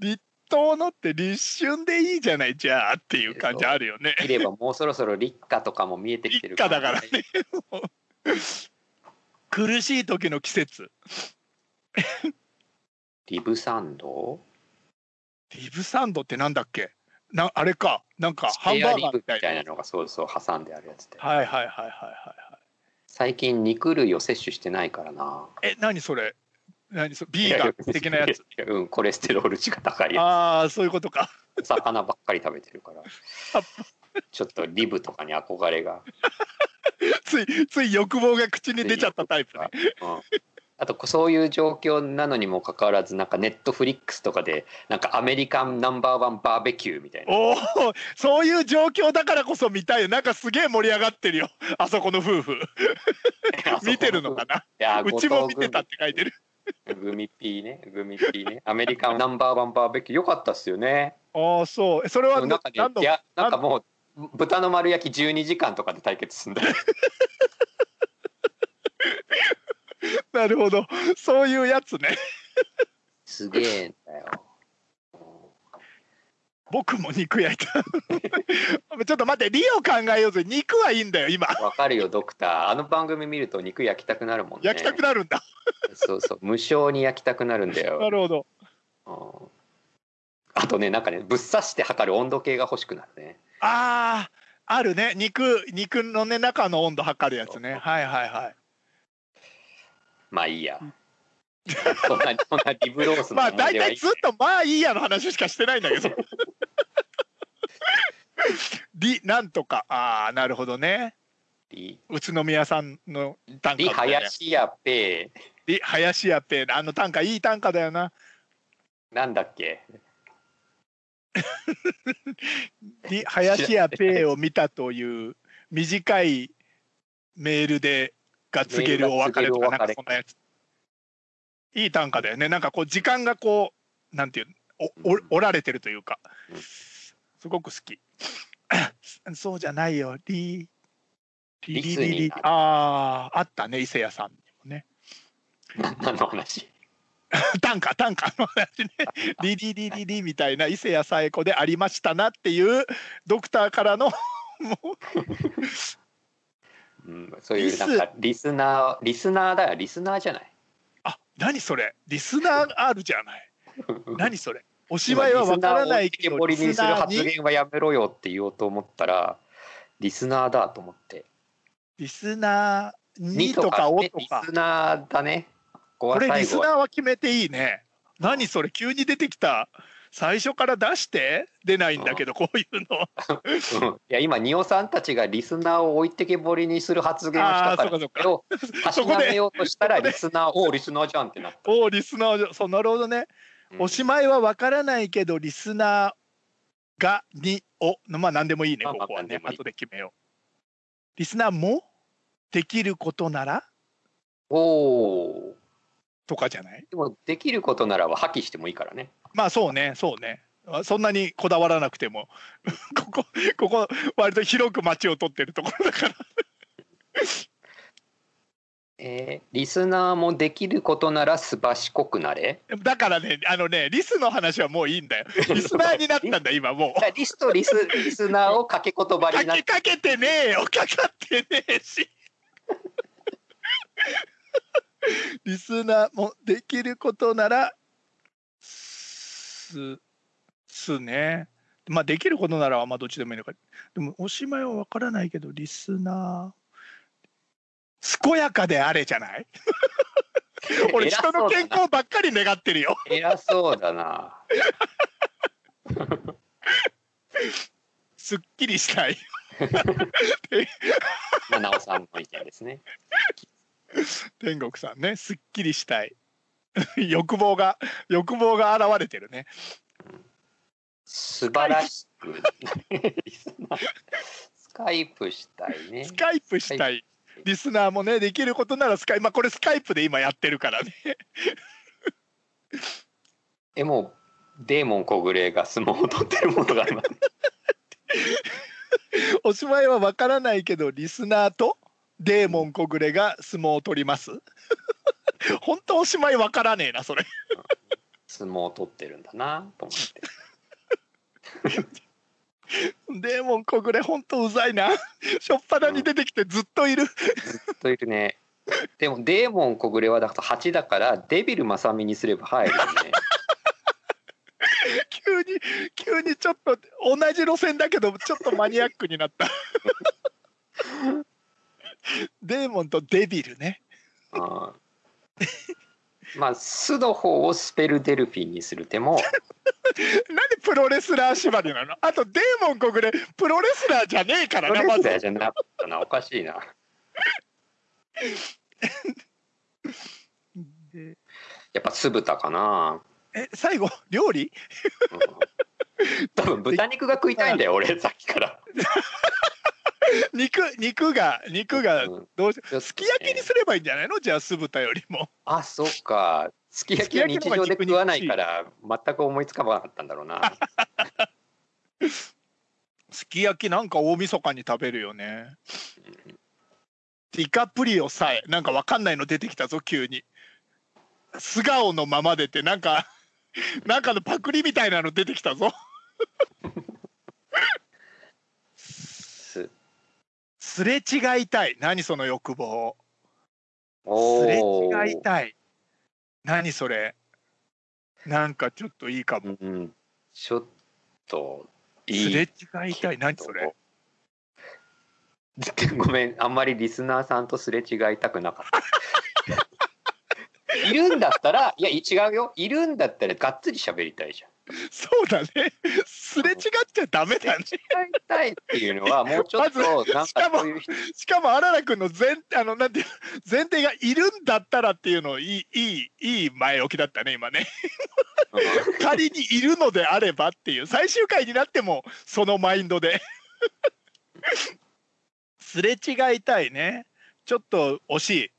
立冬のって立春でいいじゃないじゃあっていう感じあるよね
見ればもうそろそろ立夏とかも見えてきてる
立夏だからね
ね
もう苦しい時の季節
リブサンド
リブサンドってなんだっけなあれかなんか
ス
ハン
ペ
バ
ア
ー
リ
ガー
ブ
み
み
たい
たい
な
なのがそうそう挟んであるやつで
はいはいはいはいは
最近肉類を摂取してないからない
はいえ何それ何それビーガン的なやつ
うんコレステロール値が高いやつ
ああそういうことか
お魚ばっかり食べてるからちょっとリブとかに憧れが、
ついつい欲望が口に出ちゃったタイプね
うんあとそういう状況なのにもかかわらずなんかネットフリックスとかでなんかアメリカンナンバーワンバーベキューみたいな
おおそういう状況だからこそ見たいよなんかすげえ盛り上がってるよあそこの夫婦見て るのかない
や
うちも見てたって書いてる
グミピーねグミピーねアメリカンナンバーワンバーベキューよかったっすよね
ああそうえそれは
なんかね
何度
いやなんかもう豚の丸焼き12時間とかで対決するんだよ
なるほどそういうやつね
すげえんだよ
僕も肉焼いた ちょっと待って理を考えようぜ肉はいいんだよ今
わかるよドクターあの番組見ると肉焼きたくなるもんね
焼きたくなるんだ、
そうそう無償に焼きたくなるんだよ
なるほど
うんあとねなんかねぶっ刺して測る温度計が欲しくなるね
あーあるね肉肉のね中の温度測るやつね
そう
はいはいはい
まあいいやそんなそんなリブロースの
まあ
思い
大
出はい
体
い
ずっと「まあいいや」の話しかしてないんだけど。 リなんとかああなるほどね
リ
宇都宮さんの短歌
リ
だよね
林家ペ
リ林家ペーあの短歌いい短歌だよな
ーなんだっけ
リ林家ペーを見たという短いメールでが告げるお別れとか
メ
な
ールが告げるお別れ
んかそんなやついい短歌だよねなんかこう時間がこうなんていうのおお折られてるというか
うん
すごく好き そうじゃないよリリリ
リ
リ
スに
リ
なる
あああったね伊勢屋さんにもね
な何の話
短歌短歌 の話ね「リリリリリ」みたいな伊勢谷さえ子でありましたなっていうドクターからのも
うん、そういうなんかリスナーリスナーだよリスナーじゃないう
あ何それリスナーあるじゃない何それお芝居はわからないけど
今リスナーを置いてけぼりにする発
リスナーに
言はやめろよって言おうと思ったらリスナーだと思って
リスナーにとかを
ね
とか
リスナーだねここ
こ
は
れリ
最
ス
後
ナ
は
ーは決めていいね何それ急に出てきた最初から出して出ないんだけどこういうの
うんいや今仁王さんたちがリスナーを置いてけぼりにする発言をしたか
あーそう
ら
かそうか
それをた
そ
し
こで
なめようとしたら
そこで
リスナーをリスナーじゃんってなった、
おーリスナーそうなるほどね
うん
おしまいはわからないけどリスナーがにをのまあ何でもいいね
まあ
こ
まあ
こはね
何でもいい
後で決めようリスナーもできることなら
おー
とかじゃない
でもできることならば破棄してもいいからね
まあそうねそうねあそんなにこだわらなくても ここここ割と広く街を取ってるところだから
えーリスナーもできることならすばしこくなれ
だからねあのねリスの話はもういいんだよリスナーになったんだ今もう
だからリスとリスリスナーを掛け言葉
か
になっ
けかけてねえよかかってね えしリスナーもできることならすすねまあできることならまあどっちでもいいのかでもおしまいはわからないけどリスナー健やかであれじゃない俺人の健康ばっかり願ってるよ
偉そうだな
すっきりしたい
偉そうだな七尾さんの意見ですね
天国さんねすっきりしたい 欲望が欲望が現れてるね
素晴らしくリスナースカイプしたいね
スカイプしたい。リスナーもね、できることならスカイ、まあこれスカイプで今やってるからね。
えもうデーモン小暮が相撲を取ってるものがあります
おしまいはわからないけど、リスナーとデーモン小暮が相撲を取ります。 本当おしまいわからねえな、それ。
相撲を取ってるんだなと思って
デーモン小暮、本当うざいな。しょっぱなに出てきてずっといる。
というねでもデーモン小暮はだから8だからデビル正美にすれば入るよね
急に、急にちょっと同じ路線だけど、ちょっとマニアックになった。デーモンとデビルね。
うんまあ「す」の方をスペルデルフィンにする手も
なんでプロレスラー縛りなのあとデーモン小暮プロレスラーじゃねえか
プロ
らなま
レス
ず
ラーじゃなかったなおかしいな
で
やっぱ酢豚かな、
え最後料理
うん、多分豚肉が食いたい んだよ俺さっきから、
肉肉が肉が
うん
どうし
ょっとね
すき焼きにすればいいんじゃないのじゃあ酢豚よりも
あそっかすき焼きは日常で食わないから全く思いつかなかったんだろうな
すき焼きなんか大晦日に食べるよねディカプリオさえなんかわかんないの出てきたぞ急に素顔のままでってなんかなんかのパクリみたいなの出てきたぞ
す
すれ違いたい何その欲望
お
すれ
ー
違いたい。何それ。なんかちょっといいかも。
うんちょっと
す
い
れ
い
違いたい。何それ。
ごめんあんまりリスナーさんとすれ違いたく なかったいるんだったらいや違うよいるんだったらがっつり喋りたいじゃん
そうだね。すれ違っちゃダメだね。
違いたいっていうのはもうちょっとなんかそういう人
しかも荒良君の前あのなんていう前提がいるんだったらっていうのいいいいいい前置きだったね今 ね。仮にいるのであればっていう最終回になってもそのマインドで。 すれ違いたいね。ちょっと惜しい。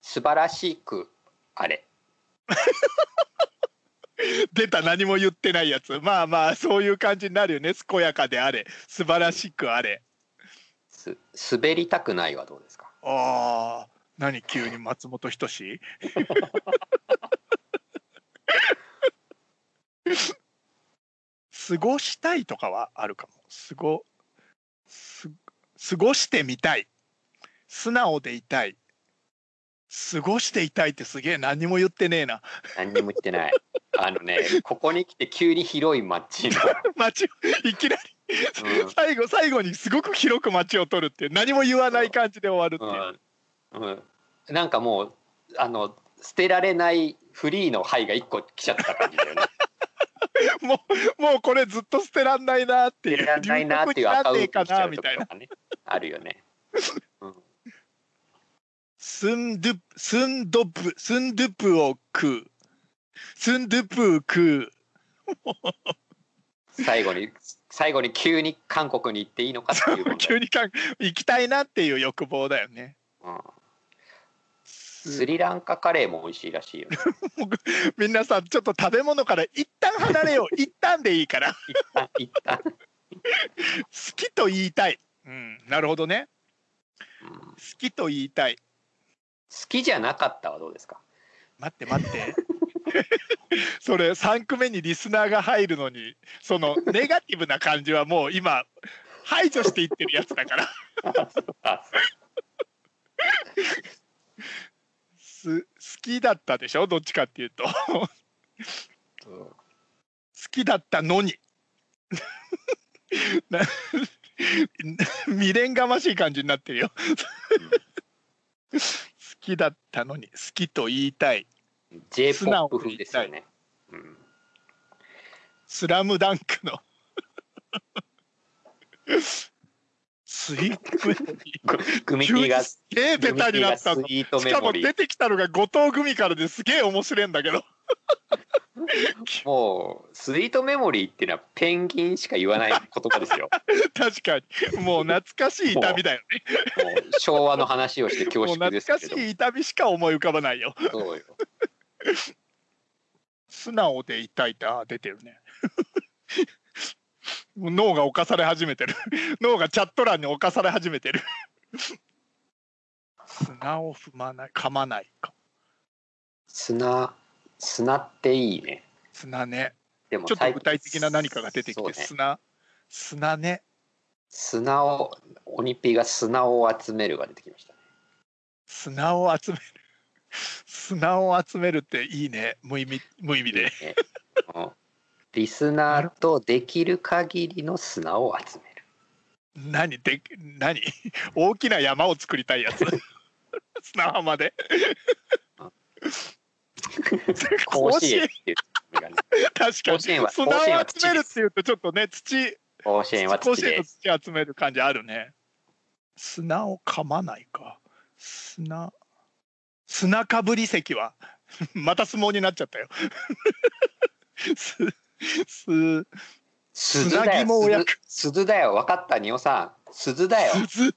素晴らしくあれ
出た何も言ってないやつまあまあそういう感じになるよね健やかであれ素晴らしくあれ
す滑りたくないはどうですか
あー何急に松本人志 過ごしたいとかはあるかも。過ご、す過ごしてみたい。素直でいたい。過ごしていたいってすげえ何にも言ってねえな。
何にも言ってないあのねここに来て急に広い街の、
街を、いきなり最後、最後にすごく広く街を取るっていう何も言わない感じで終わるって
う
いう。
んうんうん、なんかもうあの捨てられないフリーの牌が一個来ちゃった感じだよね
もう、もうこれずっと捨てらんないな ってい
捨
う。
てられないなっていうアカウント
留学
に
に
しち
なんねえか
ゃ
な
う
み
と
たいな。
かねあるよね、うん、
スンドゥプ、スンドゥプ、スンドゥプを食う。スンドゥプを食う。
最後に最後に急に韓国に行っていいのかっていう問題
急にかん行きたいなっていう欲望だよね。
うん、スリランカカレーも美味しいらしいよね
みんなさん、ちょっと食べ物から一旦離れよう。一旦でいいから。好
一旦一旦、
きと言いたい。うん、なるほどね。
うん、好
好きと言いたい。
きじゃなかったはどうですか
待って待って。 それ3句目にリスナーが入るのにそのネガティブな感じはもう今排除していってるやつだから
あ
す好きだったでしょどっちかっていうと好
そう
きだったのに な未練がましい感じになってるよ好きだったのに好きと言いたい
j
素
ポ
直
ッ
で
プ
いた
風
い
ですよね、うん、
スラムダンクのスイートメモリー
ググミテ
急
ィ
に
が
すげえベタになった
グ
の
ミティがスイート
し
メ
か
モ
も
リー
出てきたのが後藤組からですげえ面白いんだけど
もうスイートメモリーっていうのはペンギンしか言わない言葉です よ
確かにもう懐かしい痛みだよね
もう昭和の話をして恐
もう
縮
懐
です
か
け
し
れども
い痛みしか思い浮かばないよ
そうよ
素直でいたいってあー出てるね もう脳が侵され始めてる 脳がチャット欄に侵され始めてる 砂を踏まない噛まないか
砂砂っていいね
砂ね
でも
ちょっと
最近
具体的な何かが出てき
そう
て
ね
砂砂ね
砂をオニピーが砂を集めるが出てきましたね
砂を集める砂を集めるっていいね無意味無意味で
ねうんリスナーとできる限りの砂を集める
何で何大きな山を作りたいや つ砂浜で
甲 子園っていうのがね
確か
甲
に
子園は
砂を
甲子園は
集
土
める
で
っていうとちょっとね土
甲子園は
甲
土
子園
で
の土集める感じあるね砂を噛まないか砂砂かぶり石は また相撲になっちゃったよ すす
鈴だ
砂肝を
よ
焼く
鈴鈴だよ分かったにおさん鈴だよ
鈴
鈴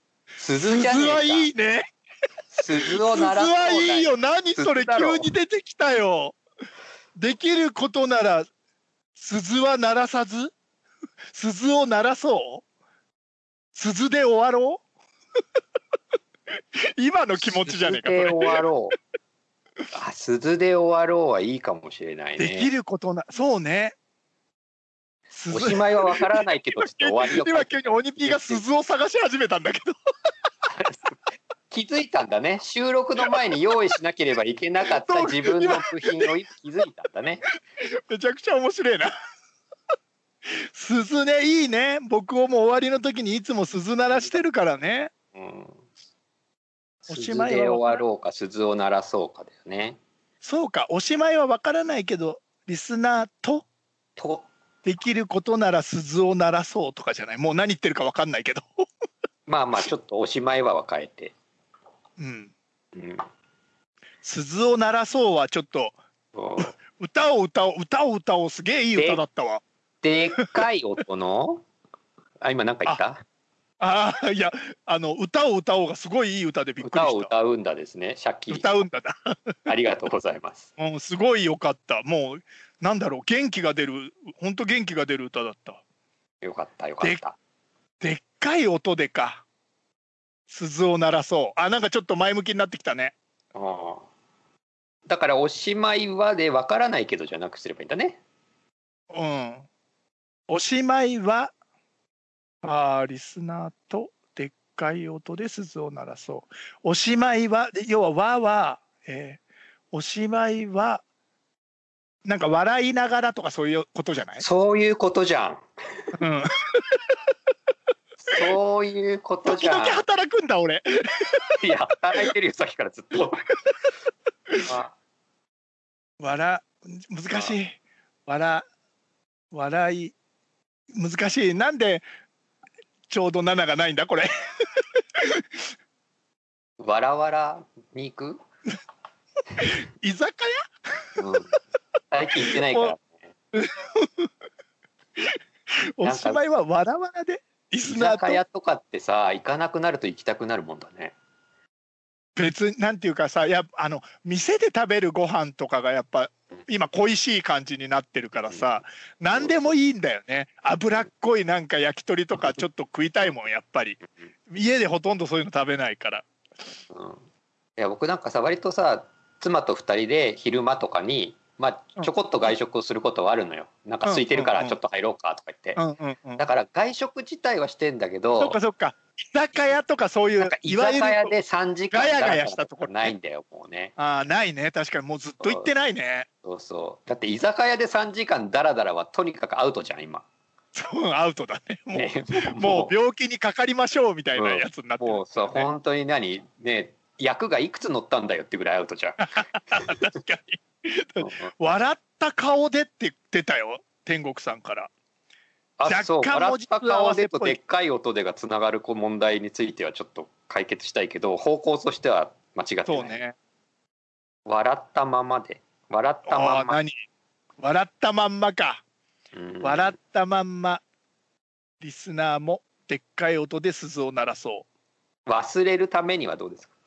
鈴
じゃね
はい
えか
いね
鈴を
鈴
鳴らそうだ
はいいよ何それ
鈴だろ
急に出てきたよできることなら鈴は鳴らさず鈴を鳴らそう鈴で終わろう 今の気持ちじゃねえかそ
鈴で終
れ
わろうあ鈴で終わろうはいいかもしれない
でき
ね
ることなそうね
お
鈴
しまいは分からないけどちょっと終わりを
今急にオニピーが鈴を探し始めたんだけど
気づいたんだね収録の前に用意しなければいけなかっ
そ
た
う
自分の部品を気づいたんだね
めちゃくちゃ面白いな。 鈴ねいいね僕をもう終わりの時にいつも鈴鳴らしてるからね
うん
お
鈴
し
で
まいは
終わろうか鈴を鳴らそうかだよね
そうかおしまいはわからないけどリスナーと
と
できることなら鈴を鳴らそうとかじゃないもう何言ってるかわかんないけど
まあまあちょっとおしまいは分かえて、
うん
うん、
鈴を鳴らそうはちょっと
そう
歌を歌おう歌を歌おうすげえいい歌だったわ
でっかい音のあ今なんか言った
ああいやあの歌を歌おうがすごいいい歌でびっくり
歌を
した
歌うんだですねシャッキリ
歌うんだな
ありがとうございます
うん、すごい良かった。もう、なんだろう、元気が出る、本当元気が出る歌だった。
よかったよかった
でっかい音でか。鈴を鳴らそう。あ、なんかちょっと前向きになってきたね。
うんだからおしまいはでわからないけどじゃなくすればいいんだね。
うん。おしまいは、あーリスナーとでっかい音で鈴を鳴らそう。おしまいは、で要は和は、えーおしまいは、なんか笑いながらとかそういうことじゃない、
そういうことじゃん。
うん、
そういうこと
時
じゃ
々
ん。
働くんだ俺。
いや働いてるよさっきからずっ と。あ
笑難しい笑笑い難しいなんでちょうど7がないんだこれ
わらわらに行く、
居酒
うん、最近行ってないから。
屋おしまいはわらわらでリス
居
ナ
酒
ーと
屋とかってさ行かなくなると行きたくなるもんだね。
別になんていうかさやっぱあの店で食べるご飯とかがやっぱ今恋しい感じになってるからさ何でもいいんだよね脂っこいなんか焼き鳥とかちょっと食いたいもんやっぱり家でほとんどそういうの食べないから
うん、いや僕なんかさ割とさ妻と2人で昼間とかに、ま
う
あ、
ん
ちょこっと外食をすることはあるのよ、なんか空いてるか
うん
ら
うん
ちょっと入ろうかとか言って、
うんうんうん
だから外食自体はしてんだけど
そっかそっか居酒屋とかそうい
なん
う
か居
いわ
酒
ゆる
屋で3時間
ガヤガヤしたところ
ないんだよもうね
ああないね確かにもうずっと行ってないね
そうそうだって居酒屋で3時間ダラダラはとにかくアウトじゃん今
そうアウトだね もう,、
ね
もう病気にかかりましょうみたいなやつになってる、
もうさ本当に何 ね役がいくつ乗ったんだよってぐらいアウトじゃん
確かに
うんうん
笑った顔でって言ってたよ天国さんから
あそう
若干
笑
文
っ
字
た顔でと
合わせっぽい
でっかい音でがつながる問題についてはちょっと解決したいけど方向としては間違ってない
そうね
笑ったままで笑った
あ
ま
あ
ま、
何笑ったまんまか、
うん
笑ったまんまリスナーもでっかい音で鈴を鳴らそ
忘れるためにはどうですか
う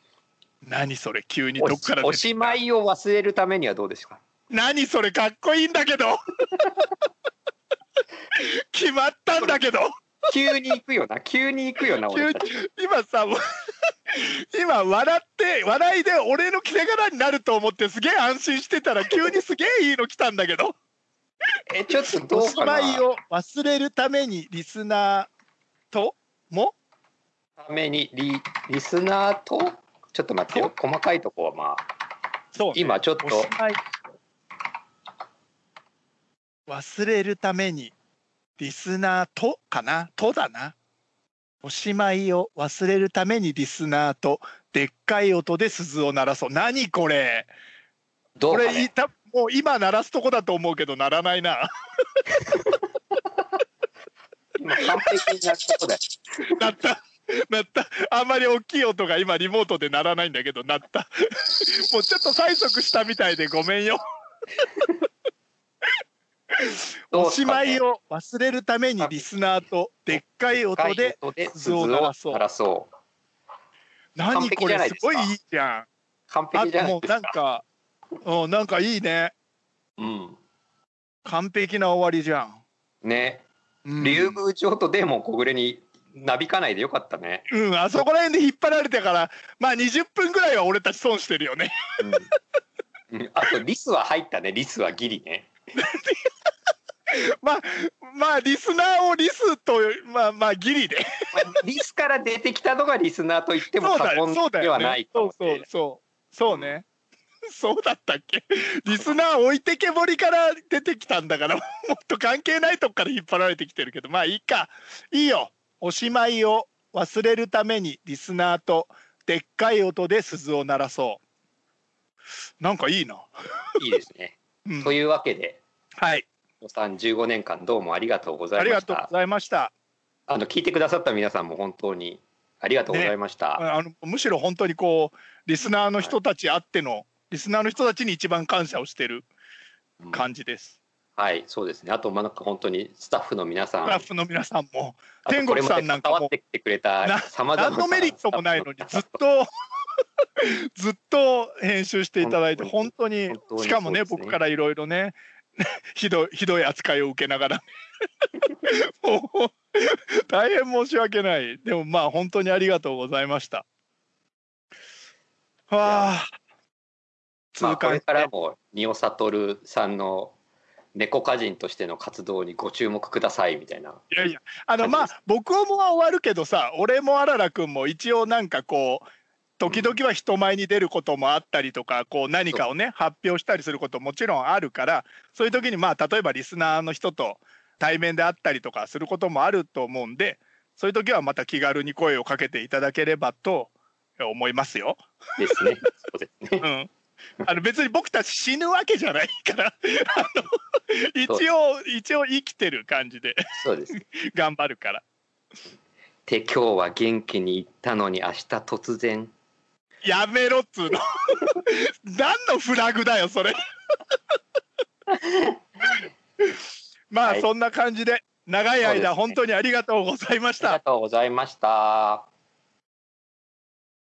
何それ急にどっから
おお
出てきた
しまいを忘れるためにはどうですか
何それかっこいいんだ けど決まったんだけど
急に行くよな急に行くよな
急
俺
に
たち
今さ もう今笑って笑いで俺の着せ柄になると思ってすげえ安心してたら急にすげえいいの来たんだけど
えちょっとど
お
う
し
かな
まいを忘れるためにリスナーとも
ためにリリスナーとちょっと待ってよ細かいとこはまあ
そうね、
今ちょっと
おしまい忘れるためにリスナーとかなとだなおしまいを忘れるためにリスナーとでっかい音で鈴を鳴らそう何これ
どう
こ
か、
れい
ね、
たもう今鳴らすとこだと思うけど鳴らない な
今完璧になったことだよ
鳴った鳴ったあんまり大きい音が今リモートで鳴らないんだけど鳴った もうちょっと催促したみたいでごめんよ
どう
お
す
し
か
ま
ね
いを忘れるためにリスナーとでっかい音で鈴
鈴
を
を
鳴らそう
鳴らそう完
何
璧
こ
じゃ
れ
ない
す
ですか
ごいいいじゃん
完
あ
璧じ
と
ゃない
もう
です
なん
か
かうんなんかいいね
うん
完璧な終わりじゃん、
ね
うん、
竜宮城とデーモン小暮になびかないでよかったね、
うんあそこら辺で引っ張られてからまあ20分ぐらいは俺たち損してるよね
うんうんあとリスは入ったねリスはギリね
まあまあリスナーをリスとまあまあギリで
まあリスから出てきたのがリスナーと言っても
そう
過
だよそうだ
言
よ
ではないか
そ
も
う
し
そ
れ
う
ない
そうそうね、そうだったっけリスナー置いてけぼりから出てきたんだからも っと関係ないとこから引っ張られてきてるけどまあいいかいいよおしまいを忘れるためにリスナーとでっかい音で鈴を鳴らそうなんかいいな、
いいですね
うん
というわけで
はい
おさん15年間どうもありがとうござ
あ
い
り
ま
が
し
とう
た
ございました
あの聞いてくださった皆さんも本当にありがとうございました、
あのむしろ本当にこうリスナーの人たちあっての、リスナーの人たちに一番感謝をしてる
うん
感じです。
はいそうですねあとまあなんか本当にスタッフの皆さん
スタッフの皆さんも
あと
天国さんなんかも
これまで関わってきてくれたさまざま
何のメリットもないのにずっと ずっと編集していただいて本
本
当に
本当に
しかもね
そうですね
僕からいろいろね ひどいひどい扱いを受けながら もう大変申し訳ないでもまあ本当にありがとうございました。わあ
まあ、
痛
こ
感
れ
して
からも仁尾悟さんの猫歌人としての活動にご注目くださいみたいな。
いやいやあの
感じ
ま
です
あ僕もは終わるけどさ俺もあららくんも一応なんかこう時々は人前に出ることもあったりとかこう何かをね発表したりすることもちろんあるからそういう時にまあ例えばリスナーの人と対面で会ったりとかすることもあると思うんでそういう時はまた気軽に声をかけていただければと思いますよ。
です ね。そうですね。
うん、あの別に僕たち死ぬわけじゃないからあの一応一応生きてる感じで
そうです。っ
頑張るから。
て今日は元気に行ったのに明日突然
やめろっつうの何のフラグだよそれまあ、
はい
そんな感じで長い
そうです
間
ね
本当にありがとうございまし
あり
た
がとうございました。